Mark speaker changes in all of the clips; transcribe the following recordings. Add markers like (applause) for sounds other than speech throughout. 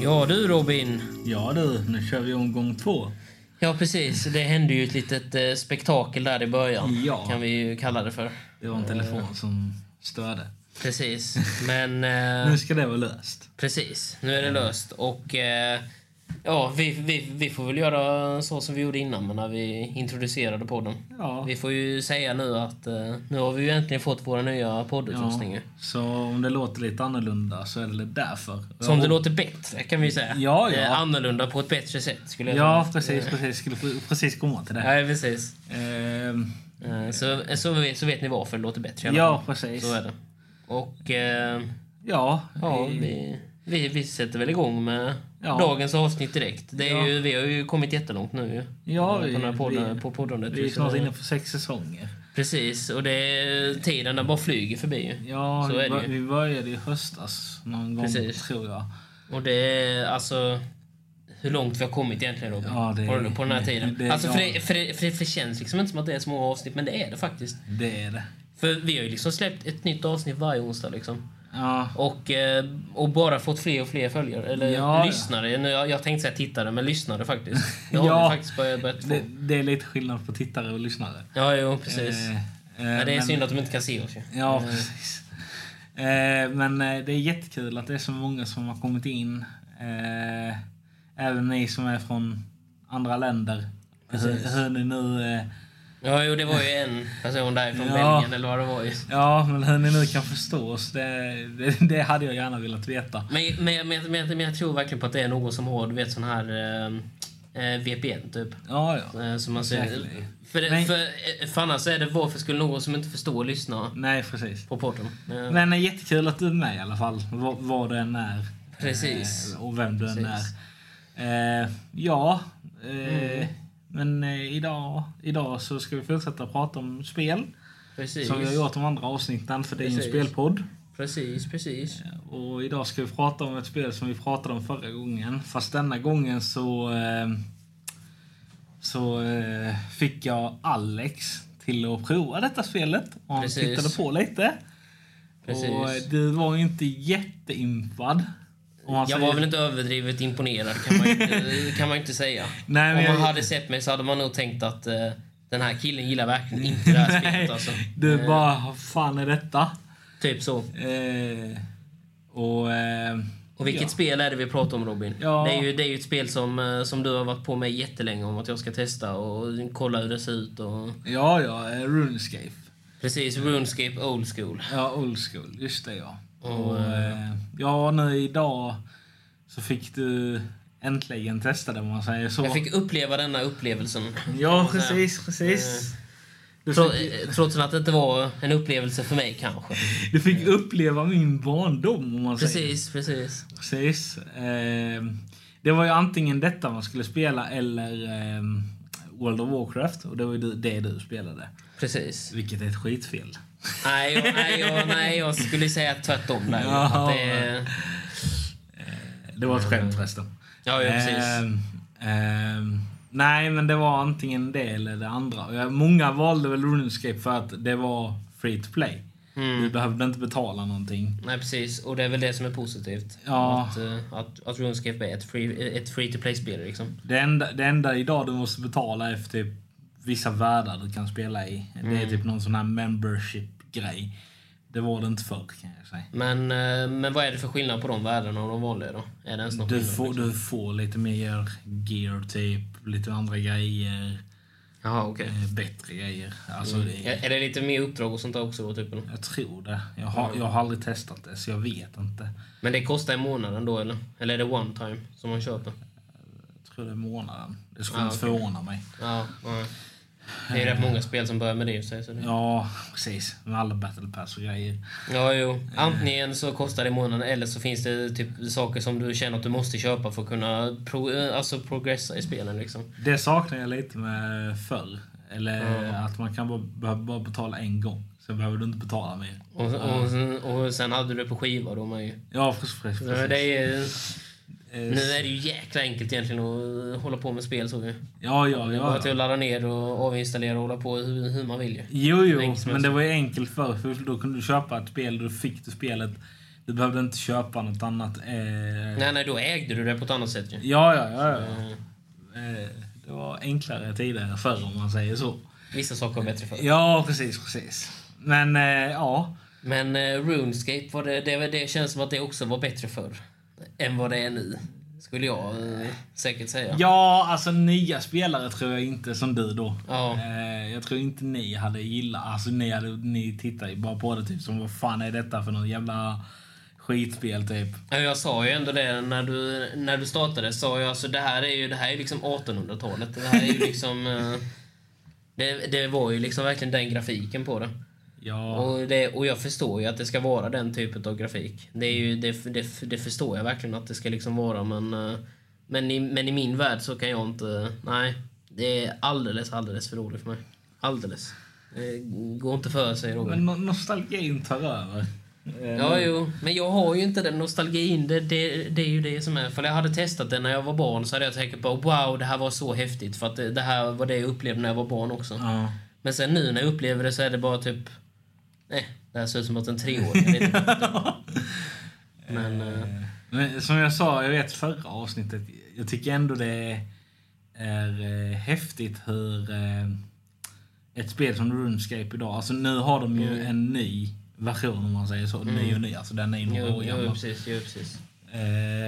Speaker 1: Ja du Robin.
Speaker 2: Ja du, nu kör vi omgång två.
Speaker 1: Ja precis, det hände ju ett litet eh, spektakel där i början.
Speaker 2: Ja.
Speaker 1: Kan vi ju kalla det för.
Speaker 2: Det var en
Speaker 1: Eh.
Speaker 2: telefon som störde.
Speaker 1: Precis, men... Eh,
Speaker 2: Nu ska det vara löst.
Speaker 1: precis, nu är det löst. Och eh, ja, vi, vi, vi får väl göra så som vi gjorde innan men när vi introducerade podden.
Speaker 2: Ja.
Speaker 1: Vi får ju säga nu att eh, nu har vi ju äntligen fått våra nya poddutrustningar.
Speaker 2: Så om det låter lite annorlunda så är det därför.
Speaker 1: Som det låter bättre kan vi ju säga.
Speaker 2: Ja, ja.
Speaker 1: Eh, annorlunda på ett bättre sätt skulle jag
Speaker 2: Ja, precis, precis. Skulle pre- precis komma till det.
Speaker 1: säga. Ja, precis.
Speaker 2: Ehm,
Speaker 1: Eh, Så, så, vet- så vet ni varför det låter bättre. i alla
Speaker 2: ja,
Speaker 1: fall.
Speaker 2: precis.
Speaker 1: Så är det. Och eh,
Speaker 2: Ja,
Speaker 1: ja,
Speaker 2: vi-
Speaker 1: vi, vi, vi sätter väl igång med
Speaker 2: Ja.
Speaker 1: dagens avsnitt direkt. Det är
Speaker 2: Ja.
Speaker 1: ju, vi har ju kommit jättelångt nu ju.
Speaker 2: Ja,
Speaker 1: på
Speaker 2: vi-
Speaker 1: den här podden,
Speaker 2: vi-
Speaker 1: på poddandet.
Speaker 2: vi är
Speaker 1: Så-
Speaker 2: snart inne på sex säsonger.
Speaker 1: Precis, och det är, tiden den bara flyger förbi ju.
Speaker 2: Ja,
Speaker 1: Så
Speaker 2: vi,
Speaker 1: är det
Speaker 2: bör,
Speaker 1: ju.
Speaker 2: vi började i höstas någon gång,
Speaker 1: Precis.
Speaker 2: tror jag.
Speaker 1: Och det är alltså hur långt vi har kommit egentligen Robin.
Speaker 2: Ja, det är-
Speaker 1: på, på den här tiden.
Speaker 2: det är-
Speaker 1: alltså, för,
Speaker 2: ja.
Speaker 1: det, för, det, för, det, för det känns liksom inte som att det är så många avsnitt, men det är det faktiskt.
Speaker 2: Det är det.
Speaker 1: För vi har ju liksom släppt ett nytt avsnitt varje onsdag liksom.
Speaker 2: Ja,
Speaker 1: Och, eh, och bara fått fler och fler följare. Eller
Speaker 2: Ja, ja.
Speaker 1: lyssnare. Nu, jag, jag tänkte säga tittare, men lyssnare faktiskt. Det har
Speaker 2: (laughs) Ja.
Speaker 1: vi faktiskt börjat, börjat få.
Speaker 2: det, det är lite skillnad på tittare och lyssnare.
Speaker 1: Ja, jo, precis.
Speaker 2: Eh, eh,
Speaker 1: men det är
Speaker 2: men-
Speaker 1: synd att de inte kan se oss ju.
Speaker 2: Ja, precis. Eh, men eh, det är jättekul att det är så många som har kommit in. Eh, även ni som är från andra länder. Hur, hur ni nu... Eh,
Speaker 1: Ja, jo, det var ju en person där från
Speaker 2: Ja.
Speaker 1: Belgien eller vad det var ju.
Speaker 2: ja, men hur ni nu kan förstå oss. Det, det, det hade jag gärna velat veta.
Speaker 1: Men, men, men, men, men jag tror verkligen på att det är någon som har, du vet, sån här eh, eh, VPN typ.
Speaker 2: Ja, ja.
Speaker 1: Eh, som man ser.
Speaker 2: Säkerligen.
Speaker 1: För, det,
Speaker 2: Nej.
Speaker 1: för, eh, för annars är det varför skulle någon som inte förstår lyssna
Speaker 2: Nej, precis.
Speaker 1: på podden? Eh,
Speaker 2: Men eh, jättekul att du är med i alla fall. Vad, vad du än är.
Speaker 1: Precis.
Speaker 2: Eh, och vem du än
Speaker 1: Precis. Mm.
Speaker 2: är. Eh, ja. Eh, Men eh, idag, idag så ska vi fortsätta prata om spel.
Speaker 1: precis.
Speaker 2: Som vi har gjort de andra avsnitten, för det är ju en
Speaker 1: Precis.
Speaker 2: spelpodd.
Speaker 1: Precis, precis.
Speaker 2: Och idag ska vi prata om ett spel som vi pratade om förra gången. Fast denna gången så... Eh, så eh, fick jag Alex till att prova detta spelet. Och han
Speaker 1: Precis.
Speaker 2: tittade på lite.
Speaker 1: Precis.
Speaker 2: Och eh, du var ju inte jätteimpad. om man
Speaker 1: Jag
Speaker 2: säger-
Speaker 1: var väl inte överdrivet imponerad kan man ju
Speaker 2: (laughs)
Speaker 1: inte, kan man ju inte säga.
Speaker 2: Nej, men
Speaker 1: Om man
Speaker 2: jag-
Speaker 1: hade sett mig så hade man nog tänkt att eh, den här killen gillar verkligen inte det här spelet
Speaker 2: (laughs)
Speaker 1: alltså.
Speaker 2: Du bara, vad fan är detta?
Speaker 1: Typ så.
Speaker 2: Eh, och... Eh,
Speaker 1: Och vilket
Speaker 2: ja.
Speaker 1: spel är det vi pratar om Robin?
Speaker 2: Ja.
Speaker 1: Det, är ju, det är ju ett spel som, eh, som du har varit på mig jättelänge om att jag ska testa och kolla hur det ser ut och...
Speaker 2: Ja, ja. eh, RuneScape.
Speaker 1: Precis, RuneScape Old School.
Speaker 2: Ja, old school. Just det, ja.
Speaker 1: Och,
Speaker 2: Och, eh, ja, nu idag så fick du äntligen testa det, om man säger så.
Speaker 1: Jag fick uppleva denna upplevelsen.
Speaker 2: Ja, precis, precis. Du
Speaker 1: Tro-
Speaker 2: fick,
Speaker 1: eh, Trots att det inte var en upplevelse för mig kanske.
Speaker 2: du fick uppleva min barndom, om man säger.
Speaker 1: Eh. Precis, precis.
Speaker 2: Precis. Eh, det var ju antingen detta man skulle spela eller eh, World of Warcraft. Och det var ju du- det du spelade.
Speaker 1: Precis.
Speaker 2: Vilket är ett skitfel.
Speaker 1: Nej, jag, nej, jag, nej, jag skulle säga tvärtom där.
Speaker 2: Ja.
Speaker 1: Att det,
Speaker 2: Det var ett
Speaker 1: Eh.
Speaker 2: skämt förresten.
Speaker 1: ja, ja, precis.
Speaker 2: Ehm, ehm, nej, men det var antingen det eller det andra. Och jag- Många valde väl RuneScape för att det var free to play.
Speaker 1: Mm.
Speaker 2: Du behövde inte betala någonting.
Speaker 1: Nej, precis. Och det är väl det som är positivt.
Speaker 2: Ja.
Speaker 1: Att, eh, att, att RuneScape är ett free, ett free to play-spel liksom.
Speaker 2: Det enda, det enda idag du måste betala är för typ vissa världar du kan spela i.
Speaker 1: Mm.
Speaker 2: Det är typ någon sån här membership-grej. Det var det inte förr kan jag säga.
Speaker 1: Men, eh, men vad är det för skillnad på de värdena och de vanliga då? Är det ens någon
Speaker 2: Du
Speaker 1: skillnad?
Speaker 2: får, du får lite mer gear typ, lite andra grejer.
Speaker 1: Jaha, okej.
Speaker 2: eh, Bättre grejer. Alltså, det
Speaker 1: Är, är det lite mer uppdrag och sånt där också då, typ? eller?
Speaker 2: Jag tror det. Jag har, jag har aldrig testat det, så jag vet inte.
Speaker 1: Men det kostar i månaden då, eller? Eller är det one time som man köper?
Speaker 2: Jag tror det är månaden. Det skulle
Speaker 1: Ah,
Speaker 2: inte
Speaker 1: okej.
Speaker 2: förvåna mig.
Speaker 1: Ja, nej. Det är ju rätt många spel som börjar med det i och för sig. Så det...
Speaker 2: Ja, precis. Med alla battle pass och grejer.
Speaker 1: Ja,
Speaker 2: Eh.
Speaker 1: jo. Antingen så kostar det i månaden eller så finns det typ saker som du känner att du måste köpa för att kunna pro, eh, alltså progressa i spelen. Liksom.
Speaker 2: Det saknar jag lite med förr. Eller att man kan bara, behöver bara betala en gång. Sen behöver du inte betala mer.
Speaker 1: Och, och, och sen hade du det på skiva då med ju.
Speaker 2: Ja, precis. precis,
Speaker 1: Ja,
Speaker 2: precis.
Speaker 1: Det är, ju-
Speaker 2: Eh,
Speaker 1: nu är det ju jäkla enkelt egentligen att eh, hålla på med spel så ju.
Speaker 2: Ja, ja,
Speaker 1: Det är bara
Speaker 2: ja.
Speaker 1: till
Speaker 2: ja.
Speaker 1: att ladda ner och avinstallera och hålla på hur, hur man vill ju.
Speaker 2: Jo, jo.
Speaker 1: Enkelt som
Speaker 2: Men
Speaker 1: helst.
Speaker 2: det var ju enkelt förr. För då kunde du köpa ett spel och då fick du spelet Du behövde inte köpa något annat. Eh,
Speaker 1: Nej, nej, då ägde du det på ett annat sätt ju.
Speaker 2: Ja, ja, ja. ja.
Speaker 1: Eh,
Speaker 2: Eh, det var enklare tider förr om man säger så.
Speaker 1: Vissa saker var bättre förr.
Speaker 2: Ja, precis, precis. Men eh, ja.
Speaker 1: Men eh, RuneScape, var det, det, var- det känns som att det också var bättre förr. Än vad det är nu. Skulle jag eh, säkert säga.
Speaker 2: Ja, alltså nya spelare tror jag inte som du då.
Speaker 1: Ja.
Speaker 2: Eh, jag tror inte ni hade gillat, alltså ni, hade, ni tittar ju bara på det typ som vad fan är detta för något jävla skitspel typ.
Speaker 1: Ja, Jag sa ju ändå det när du, när du startade. Sa jag, alltså, det här är ju det här är liksom 1800-talet. Det här är ju liksom... (laughs) eh, Det, det var ju liksom verkligen den grafiken på det.
Speaker 2: Ja,
Speaker 1: Och, det. och jag förstår ju att det ska vara den typen av grafik. Det, är ju, det, det, det förstår jag verkligen att det ska liksom vara. Men, eh, men, i, men i min värld så kan jag inte... Nej. Det är alldeles, alldeles för roligt för mig. Alldeles. Det går inte för sig Roger.
Speaker 2: men no- nostalgin tar över. Eh,
Speaker 1: Ja, jo. Men jag har ju inte den nostalgin. Det, det, det är ju det som är. För jag hade testat det när jag var barn så hade jag tänkt på wow, det här var så häftigt. För att eh, det, det här var det jag upplevde när jag var barn också.
Speaker 2: Ja.
Speaker 1: Men sen nu när jag upplever det så är det bara typ... Nej, det här ser ut som att en treåring... Jag vet (laughs) inte. Men... eh,
Speaker 2: Men som jag sa, jag vet förra avsnittet, jag tycker ändå det är eh, häftigt hur eh, ett spel som RuneScape idag, alltså nu har de ju en ny version om man säger så, ny och ny, alltså den är ju några
Speaker 1: Jo,
Speaker 2: år
Speaker 1: jo,
Speaker 2: gammal.
Speaker 1: precis. Jo, precis.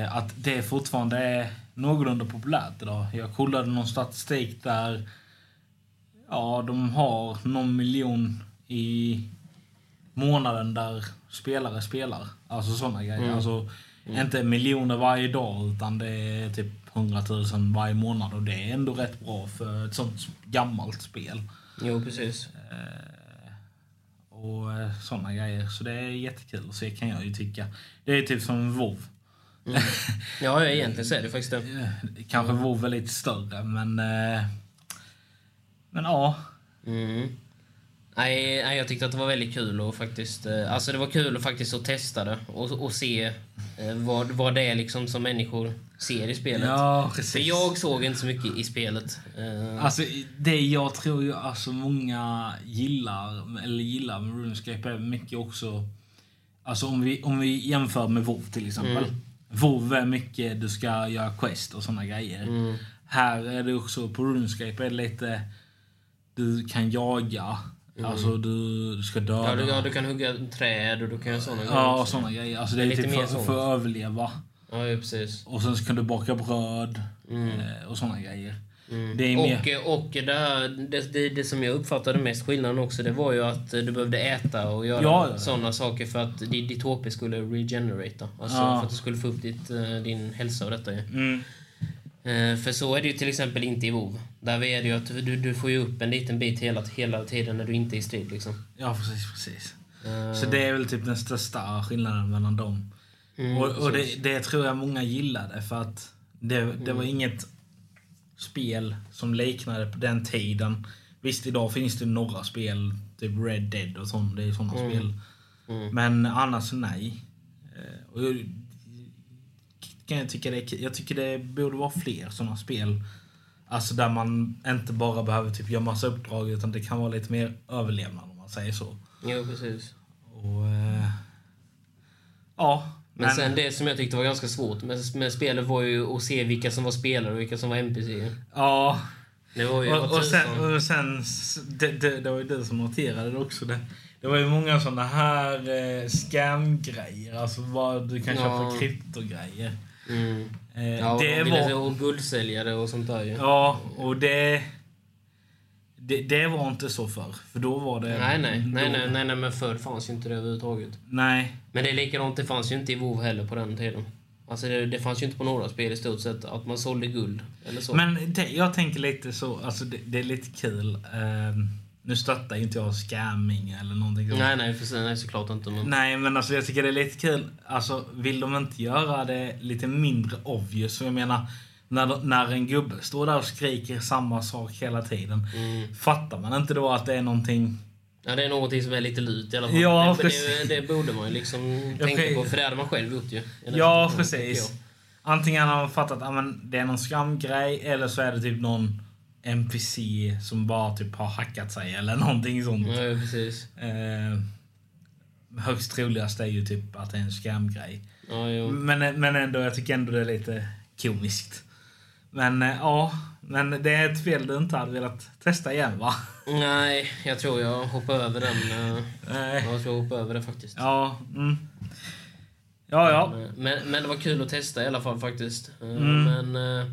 Speaker 2: Eh, att det fortfarande är någorlunda populärt idag. Jag kollade någon statistik där ja, de har någon miljon i månaden där spelare spelar. Alltså sådana grejer. Alltså, Inte miljoner varje dag utan det är typ 100 000 varje månad och det är ändå rätt bra för ett sånt gammalt spel.
Speaker 1: Jo, precis.
Speaker 2: Och sådana grejer. Så det är jättekul att se kan jag ju tycka. Det är typ som WoW. (laughs)
Speaker 1: Ja, ja, egentligen så är det faktiskt det.
Speaker 2: Eh, Kanske WoW är lite större, men... eh, Men ja.
Speaker 1: Mm. Nej, nej, jag tyckte att det var väldigt kul och faktiskt... eh, Alltså det var kul att faktiskt att testa det och, och se eh, vad, vad det är liksom som människor ser i spelet.
Speaker 2: Ja,
Speaker 1: För
Speaker 2: precis.
Speaker 1: jag såg inte så mycket i spelet. Eh,
Speaker 2: Alltså, det jag tror ju alltså många gillar, eller gillar med RuneScape är mycket också... Alltså om vi, om vi jämför med WoW till exempel. WoW är mycket du ska göra quest och såna grejer. Här är det också, på RuneScape är det lite... Du kan jaga, alltså du, du ska döda.
Speaker 1: Ja, du, ja, du kan hugga träd och du kan göra såna
Speaker 2: Ja,
Speaker 1: också.
Speaker 2: såna grejer. Alltså det är
Speaker 1: Lite
Speaker 2: typ
Speaker 1: mer
Speaker 2: för,
Speaker 1: sånt.
Speaker 2: för att överleva.
Speaker 1: Ja, ju precis.
Speaker 2: Och sen så kan du baka bröd eh, och såna grejer. Det är mer...
Speaker 1: Mm. Och, eh, och det, här, det, det, det som jag uppfattade mest skillnaden också, det var ju att eh, du behövde äta och göra
Speaker 2: Ja, ja.
Speaker 1: såna saker för att di- ditt HP skulle regenerata. Alltså
Speaker 2: Ja.
Speaker 1: för att du skulle få upp ditt, eh, din hälsa och detta ju.
Speaker 2: Mm.
Speaker 1: Eh, För så är det ju till exempel inte i WoW. Där är det ju att du, du får ju upp en liten bit hela, hela tiden när du inte är i strid. Liksom.
Speaker 2: Ja, precis, precis.
Speaker 1: Eh,
Speaker 2: Så det är väl typ den största skillnaden mellan dem.
Speaker 1: Mm,
Speaker 2: och och det, det tror jag många gillade för att det, det var
Speaker 1: Mm.
Speaker 2: inget spel som liknade på den tiden. Visst, idag finns det några spel, typ Red Dead och sånt. Det är sådana spel.
Speaker 1: Mm.
Speaker 2: Men annars nej. Eh, Och jag, kan jag, tycka det är, kul. jag tycker det borde vara fler sådana spel. Alltså där man inte bara behöver typ göra massa uppdrag utan det kan vara lite mer överlevnad om man säger så.
Speaker 1: Jo, precis.
Speaker 2: Och, eh, ja.
Speaker 1: Men, sen det som jag tyckte var ganska svårt med, med spelet var ju att se vilka som var spelare och vilka som var NPC.
Speaker 2: Ja.
Speaker 1: Det var ju
Speaker 2: Och, och sen,
Speaker 1: tusan.
Speaker 2: och sen s- det, det, det var ju du som noterade det också. Det, det var ju många sådana här eh, scam-grejer. Alltså vad du kan
Speaker 1: Ja.
Speaker 2: köpa kryptogrejer.
Speaker 1: mm.
Speaker 2: Eh,
Speaker 1: ja, och de
Speaker 2: det
Speaker 1: ville se-
Speaker 2: var...
Speaker 1: Och guldsäljare och sånt där ju.
Speaker 2: Ja, och det, det... Det var inte så förr. För då var det...
Speaker 1: Nej, nej, nej,
Speaker 2: då-
Speaker 1: nej, nej, nej, men förr fanns ju inte det överhuvudtaget.
Speaker 2: Nej.
Speaker 1: Men det är likadant, det fanns ju inte i WoW heller på den tiden. Alltså det, det fanns ju inte på några spel i stort sett att man sålde guld eller så.
Speaker 2: Men det, jag tänker lite så, alltså det, det är lite kul. Ehm, nu stöttar ju inte jag scamming eller någonting sånt.
Speaker 1: Nej, nej, för, nej såklart inte. Men...
Speaker 2: Nej, men alltså jag tycker det är lite kul. Alltså, vill de inte göra det lite mindre obvious? För Jag menar, när, de- när en gubbe står där och skriker samma sak hela tiden. Fattar man inte då att det är någonting...
Speaker 1: Ja, det är någonting som är lite lut i alla fall.
Speaker 2: Ja,
Speaker 1: det, det,
Speaker 2: precis.
Speaker 1: det borde man ju liksom
Speaker 2: Jag
Speaker 1: tänka
Speaker 2: kan-
Speaker 1: på, för det hade man själv gjort ju. Eller
Speaker 2: Ja,
Speaker 1: så-
Speaker 2: precis. Antingen har man fattat att ah, men det är någon skamgrej eller så är det typ någon NPC som bara typ har hackat sig eller någonting sånt.
Speaker 1: Ja, precis.
Speaker 2: Eh, högst troligast är ju typ att det är en scamgrej.
Speaker 1: Ja, jo.
Speaker 2: Men, men ändå, jag tycker ändå det är lite komiskt. Men eh, ja, men det är ett spel du inte hade velat testa igen va?
Speaker 1: Nej, jag tror jag hoppar över den. eh,
Speaker 2: Nej.
Speaker 1: Jag tror jag hoppar över det faktiskt.
Speaker 2: (laughs) Ja, mm. ja, ja. Mm.
Speaker 1: Men, men det var kul att testa i alla fall faktiskt. Eh, Men, eh,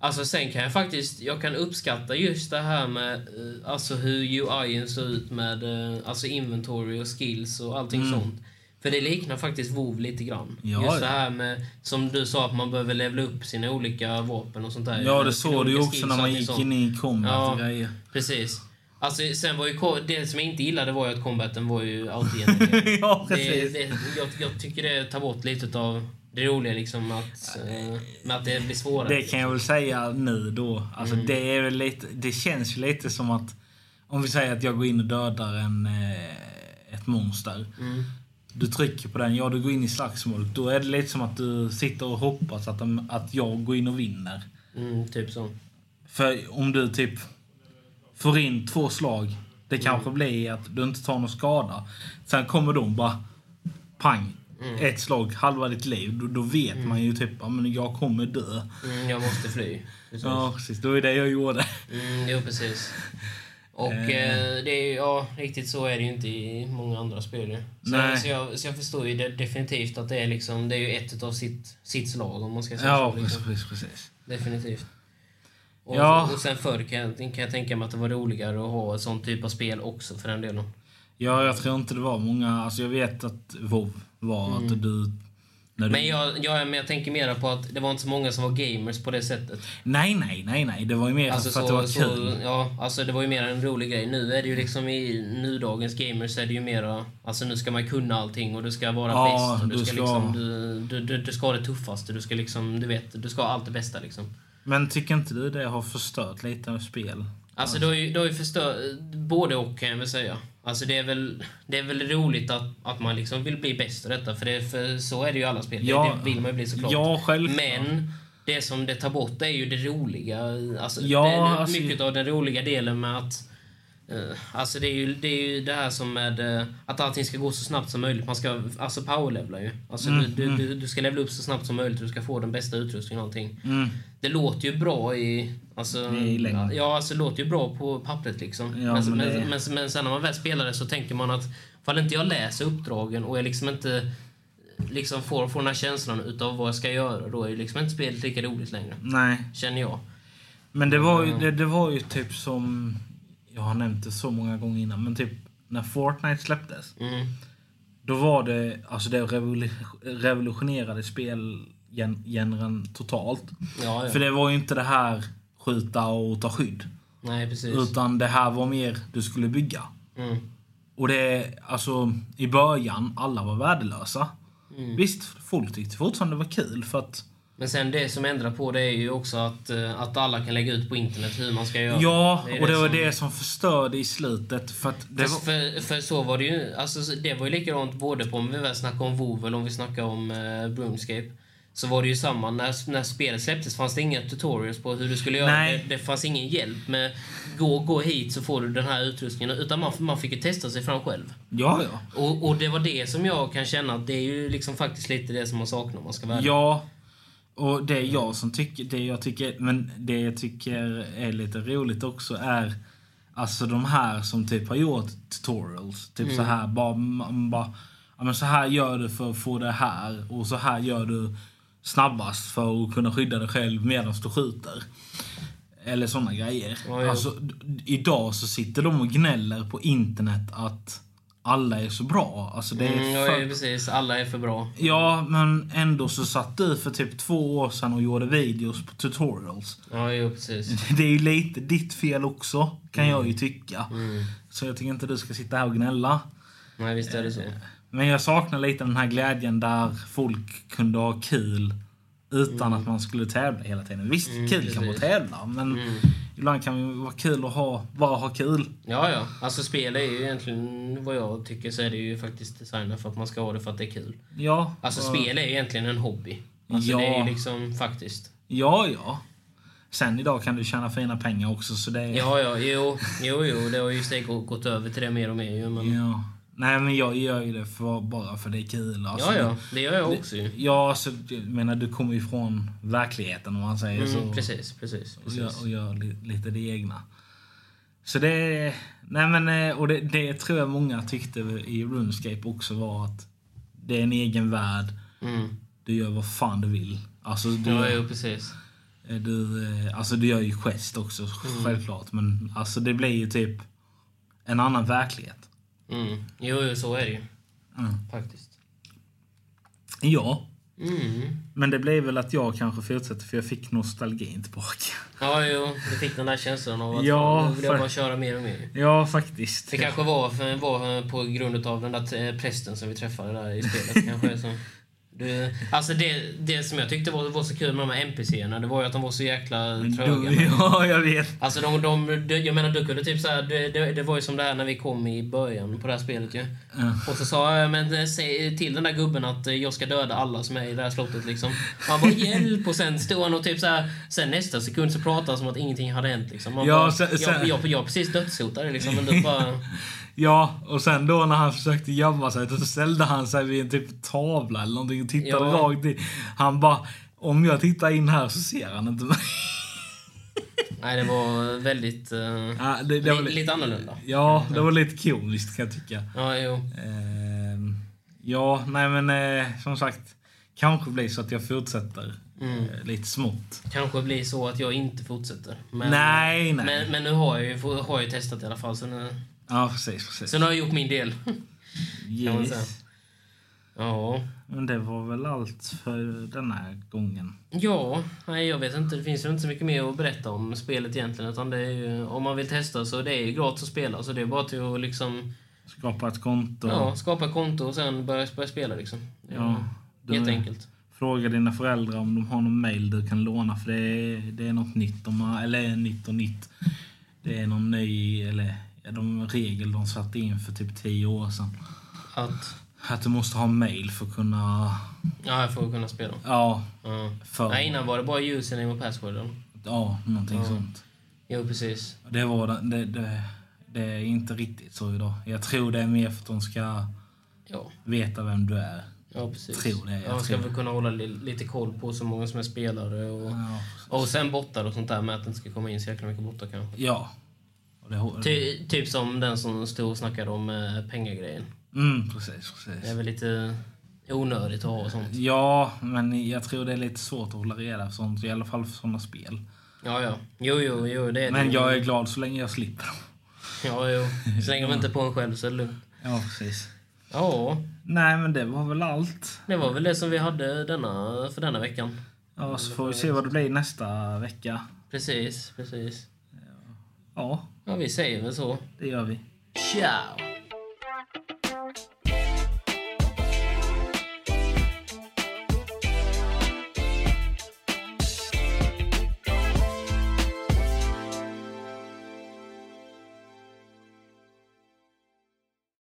Speaker 1: alltså sen kan jag faktiskt, jag kan uppskatta just det här med eh, alltså hur UI'n ser ut med eh, alltså inventory och skills och allting sånt. För det liknar faktiskt WoW lite grann.
Speaker 2: Mm. Ja,
Speaker 1: just
Speaker 2: ja.
Speaker 1: det här med, som du sa, att man behöver levla upp sina olika vapen och sånt där.
Speaker 2: Ja, det
Speaker 1: Sina
Speaker 2: såg du ju
Speaker 1: olika
Speaker 2: också
Speaker 1: skills
Speaker 2: när
Speaker 1: och
Speaker 2: man
Speaker 1: allting
Speaker 2: gick
Speaker 1: sånt.
Speaker 2: in i combat
Speaker 1: Ja.
Speaker 2: och grejer.
Speaker 1: Precis. Alltså, sen var ju, ko- det som jag inte gillade var ju att combaten var ju
Speaker 2: (laughs)
Speaker 1: autogenererad.
Speaker 2: ja,
Speaker 1: det,
Speaker 2: precis.
Speaker 1: det, jag, jag tycker det tar bort lite av det roliga liksom att, eh, med att det blir svårare.
Speaker 2: Det kan jag väl säga nu då. Alltså, det, är väl lite, det känns ju lite som att om vi säger att jag går in och dödar en, eh, ett monster.
Speaker 1: Mm.
Speaker 2: Du trycker på den, ja du går in i slagsmål. Då är det lite som att du sitter och hoppas att, de, att jag går in och vinner.
Speaker 1: Mm, typ så.
Speaker 2: För om du typ får in två slag, det kanske blir att du inte tar någon skada. Sen kommer de bara pang, ett slag, halva ditt liv. Då, då vet man ju typ att jag kommer dö.
Speaker 1: Mm, jag måste fly. Precis.
Speaker 2: Ja, precis. Det var ju det jag gjorde.
Speaker 1: Mm, jo, precis. Och eh, det är ju, ja, riktigt så är det ju inte i många andra spel. ju. Så,
Speaker 2: Nej.
Speaker 1: så, jag, så jag förstår ju det, definitivt att det är liksom, det är ju ett av sitt, sitt slag om man ska säga
Speaker 2: Ja,
Speaker 1: så. Liksom.
Speaker 2: precis. precis.
Speaker 1: Definitivt. Och,
Speaker 2: Ja.
Speaker 1: och sen förr kan jag, kan jag tänka mig att det var roligare att ha ett sånt typ av spel också för den delen.
Speaker 2: Ja, jag tror inte det var många. Alltså jag vet att WoW var att du... När du
Speaker 1: Men jag, jag, men jag tänker mera på att det var inte så många som var gamers på det sättet.
Speaker 2: Nej, nej, nej, nej. Det var ju mer
Speaker 1: Alltså,
Speaker 2: för att
Speaker 1: så,
Speaker 2: det var kul.
Speaker 1: så, ja, alltså det var ju mer en rolig grej. Nu är det ju liksom i nudagens gamers är det ju mera, alltså nu ska man kunna allting och du ska vara
Speaker 2: Ja,
Speaker 1: bäst. Och du,
Speaker 2: du
Speaker 1: ska
Speaker 2: ska-
Speaker 1: liksom, du, du, du, du ska ha det tuffaste, du ska liksom, du vet, du ska ha allt det bästa liksom.
Speaker 2: Men tycker inte du det har förstört lite av spel?
Speaker 1: Alltså det har ju, det har ju förstör, både och kan jag väl säga. Alltså det är väl, det är väl roligt att, att man liksom vill bli bäst och detta, för, det, för så är det ju i alla spel.
Speaker 2: Ja,
Speaker 1: det vill man ju bli såklart.
Speaker 2: Ja, självklart.
Speaker 1: Men det som det tar bort är ju det roliga. Alltså,
Speaker 2: Ja,
Speaker 1: det, det,
Speaker 2: alltså-
Speaker 1: mycket av den roliga delen med att... eh, alltså det är, ju, det är ju det här som med eh, att allting ska gå så snabbt som möjligt. Man ska alltså powerlevla ju. Alltså
Speaker 2: Mm,
Speaker 1: du, du, du, du ska levla upp så snabbt som möjligt och du ska få den bästa utrustningen och allting. Det låter ju bra i... Alltså,
Speaker 2: Mm. I längden.
Speaker 1: ja, alltså det låter ju bra på pappret liksom.
Speaker 2: Ja,
Speaker 1: men, men,
Speaker 2: men det-
Speaker 1: men, men sen när man väl spelar det så tänker man att fall inte jag läser uppdragen och jag liksom inte liksom får, får den här känslan utav vad jag ska göra då är ju liksom inte spelet lika roligt längre.
Speaker 2: Nej.
Speaker 1: Känner jag.
Speaker 2: Men det var, ju, det, det var ju typ som... Jag har nämnt det så många gånger innan, men typ när Fortnite släpptes.
Speaker 1: Mm.
Speaker 2: Då var det... Alltså det revolu- revolutionerade spelgenren totalt.
Speaker 1: Ja, ja.
Speaker 2: För det var ju inte det här skjuta och ta skydd.
Speaker 1: Nej, precis.
Speaker 2: Utan det här var mer du skulle bygga.
Speaker 1: Mm.
Speaker 2: Och det, alltså i början, alla var värdelösa. Visst, folk tyckte fortfarande det var kul för att
Speaker 1: Men sen det som ändrar på det är ju också att, eh, att alla kan lägga ut på internet hur man ska göra.
Speaker 2: Ja,
Speaker 1: Det är
Speaker 2: och det var
Speaker 1: som-
Speaker 2: det som förstörde i slutet för att det
Speaker 1: För,
Speaker 2: var...
Speaker 1: för, för så var det ju. Alltså, så- det var ju likadant både på om vi väl snackar om WoW eller om vi snackar om eh, Broomscape. Så var det ju samma. När, när spelet släpptes fanns det inga tutorials på hur du skulle göra.
Speaker 2: Nej.
Speaker 1: Det, det fanns ingen hjälp med gå, gå hit så får du den här utrustningen. Utan man, man fick ju testa sig fram själv.
Speaker 2: Ja, ja.
Speaker 1: Och, och det var det som jag kan känna att det är ju liksom faktiskt lite det som man saknar om man ska vara ärlig.
Speaker 2: Ja. Och det jag som tycker, det jag tycker, men det jag tycker är lite roligt också är Alltså de här som typ har gjort tutorials. Typ
Speaker 1: Mm.
Speaker 2: så här bara, man bara ja, men så här gör du för att få det här och så här gör du snabbast för att kunna skydda dig själv medan du skjuter. Eller såna grejer.
Speaker 1: Ja, ja.
Speaker 2: Alltså d- d- idag så sitter de och gnäller på internet att alla är så bra. Alltså det är
Speaker 1: Mm,
Speaker 2: för-
Speaker 1: ja, ja, precis. Alla är för bra.
Speaker 2: Ja, men ändå så satt du för typ två år sedan och gjorde videos på tutorials.
Speaker 1: Ja, jo, precis.
Speaker 2: Det är ju lite ditt fel också, kan jag ju tycka.
Speaker 1: Mm.
Speaker 2: Så jag tycker inte du ska sitta här och gnälla.
Speaker 1: Nej, visst är det så.
Speaker 2: Men jag saknar lite den här glädjen där folk kunde ha kul utan att man skulle tävla hela tiden. Visst, kul kan vara
Speaker 1: Mm. precis. Mm.
Speaker 2: tävla, men ibland kan det vara kul att ha, bara ha kul.
Speaker 1: Ja, ja. Alltså spel är ju egentligen, vad jag tycker, så är det ju faktiskt designat för att man ska ha det för att det är kul.
Speaker 2: Ja,
Speaker 1: Alltså
Speaker 2: och-
Speaker 1: spel är egentligen en hobby. Alltså
Speaker 2: Ja.
Speaker 1: det är ju liksom faktiskt.
Speaker 2: ja, ja. Sen idag kan du tjäna fina pengar också, så det är...
Speaker 1: Ja, ja, jo, jo, jo. Det har ju steg gått över till det mer och mer ju. Men,
Speaker 2: ja. Nej, men jag gör ju det för, bara för det är kul. Alltså,
Speaker 1: Ja, ja. Det gör jag också ju.
Speaker 2: Ja, så, jag menar, du kommer ju från verkligheten om man säger
Speaker 1: Mm,
Speaker 2: så.
Speaker 1: precis, precis.
Speaker 2: Och
Speaker 1: precis.
Speaker 2: gör, och gör li, lite det egna. Så det... är- Nej men, eh, och det, det tror jag många tyckte i RuneScape också var att det är en egen värld.
Speaker 1: Mm.
Speaker 2: Du gör vad fan du vill. Alltså du,
Speaker 1: Ja, jo, precis.
Speaker 2: eh, du, eh, alltså, du gör ju gest också
Speaker 1: Mm.
Speaker 2: självklart. Men alltså det blir ju typ en annan verklighet.
Speaker 1: Mm. Jo, jo, så är det ju.
Speaker 2: Mm.
Speaker 1: Faktiskt.
Speaker 2: Ja,
Speaker 1: Mm.
Speaker 2: men det blev väl att jag kanske fortsätter för jag fick nostalgin tillbaka. (laughs)
Speaker 1: Ja, jo. Du fick den där känslan av att
Speaker 2: Ja,
Speaker 1: ja, nu vill jag
Speaker 2: för-
Speaker 1: bara köra mer och mer.
Speaker 2: Ja, faktiskt.
Speaker 1: Det kanske var, var på grund av den där eh, prästen som vi träffade där i
Speaker 2: (laughs)
Speaker 1: spelet. kanske, som, du, alltså det, det som jag tyckte var, var så kul med de här NPCerna, det var ju att de var så jäkla tröga.
Speaker 2: Du, (laughs) ja, jag vet.
Speaker 1: Alltså de, de, de, jag menar du kunde typ såhär, det, det, det var ju som det här när vi kom i början på det här spelet ju. Och så sa jag men, eh, säg till den där gubben att eh, jag ska döda alla som är i det här slottet liksom. Man bara hjälp och sen stod han och typ såhär, sen nästa sekund så pratade han som att ingenting hade hänt liksom. Man
Speaker 2: Ja,
Speaker 1: bara,
Speaker 2: sen- sen-
Speaker 1: Jag, jag, jag precis dödshotade liksom men du bara...
Speaker 2: Ja, och sen då när han försökte gömma sig så ställde han sig vid en typ tavla eller någonting och tittade
Speaker 1: Ja.
Speaker 2: rakt in. Han bara, om jag tittar in här så ser han inte mig. (laughs)
Speaker 1: Nej, det var väldigt... eh,
Speaker 2: Ja, det, det var
Speaker 1: li-
Speaker 2: lite,
Speaker 1: lite annorlunda.
Speaker 2: ja, det var lite komiskt kan jag tycka.
Speaker 1: Ja, jo.
Speaker 2: Ehm, ja, nej men eh, som sagt. Kanske blir så att jag fortsätter
Speaker 1: Mm.
Speaker 2: eh, lite smått.
Speaker 1: Kanske blir så att jag inte fortsätter. Men,
Speaker 2: nej, nej.
Speaker 1: Men, men nu har jag ju, har jag ju testat i alla fall, så nu,
Speaker 2: ja, precis. precis.
Speaker 1: så nu har jag gjort min del. (laughs) kan man säga.
Speaker 2: Yes.
Speaker 1: Ja.
Speaker 2: Men det var väl allt för den här gången.
Speaker 1: Ja, nej jag vet inte. Det finns ju inte så mycket mer att berätta om spelet egentligen. Utan det är ju, om man vill testa så det är ju gratis att spela. Så det är bara till att liksom,
Speaker 2: Skapa ett konto.
Speaker 1: ja, skapa ett konto och sen börja, börja spela liksom. Ja,
Speaker 2: Ja, det-
Speaker 1: helt enkelt.
Speaker 2: Fråga dina föräldrar om de har någon mail du kan låna för det är, det är något nytt. De har, eller nytt och nytt. Det är någon ny eller ja, de regel de satte in för typ tio år sedan.
Speaker 1: Att,
Speaker 2: Att du måste ha mail för att kunna...
Speaker 1: ja, jag får kunna spela.
Speaker 2: Ja,
Speaker 1: Ja.
Speaker 2: för...
Speaker 1: Nej, innan var det bara username och password.
Speaker 2: Ja, någonting sånt.
Speaker 1: Jo, precis.
Speaker 2: Det, var, den- det, det, det är inte riktigt så idag. Jag tror det är mer för att de ska
Speaker 1: Ja,
Speaker 2: veta vem du är.
Speaker 1: ja precis.
Speaker 2: Tror det, jag
Speaker 1: ja, man ska
Speaker 2: tror
Speaker 1: väl kunna hålla li- lite koll på så många som är spelare och,
Speaker 2: Ja.
Speaker 1: och sen bottar och sånt där med att det inte ska komma in så jäkla mycket bottar kanske.
Speaker 2: ja. Och det,
Speaker 1: Ty, typ som den som stod och snackade om eh, pengagrejen.
Speaker 2: mm, precis, precis.
Speaker 1: Det är väl lite onödigt att ha och sånt.
Speaker 2: Ja, men jag tror det är lite svårt att hålla reda på sånt. I alla fall för såna spel.
Speaker 1: Ja, ja. Jo, jo, jo. Det är
Speaker 2: Men
Speaker 1: det.
Speaker 2: jag är glad så länge jag slipper dem.
Speaker 1: Ja, jo. Så länge de inte är på en själv så är det lugnt.
Speaker 2: Ja, precis.
Speaker 1: Ja,
Speaker 2: Nej, men det var väl allt.
Speaker 1: det var väl det som vi hade denna, för denna veckan.
Speaker 2: Ja, så får vi se vad det blir nästa vecka.
Speaker 1: Precis, precis.
Speaker 2: Ja,
Speaker 1: Ja, vi säger väl så.
Speaker 2: det gör vi.
Speaker 1: Ciao!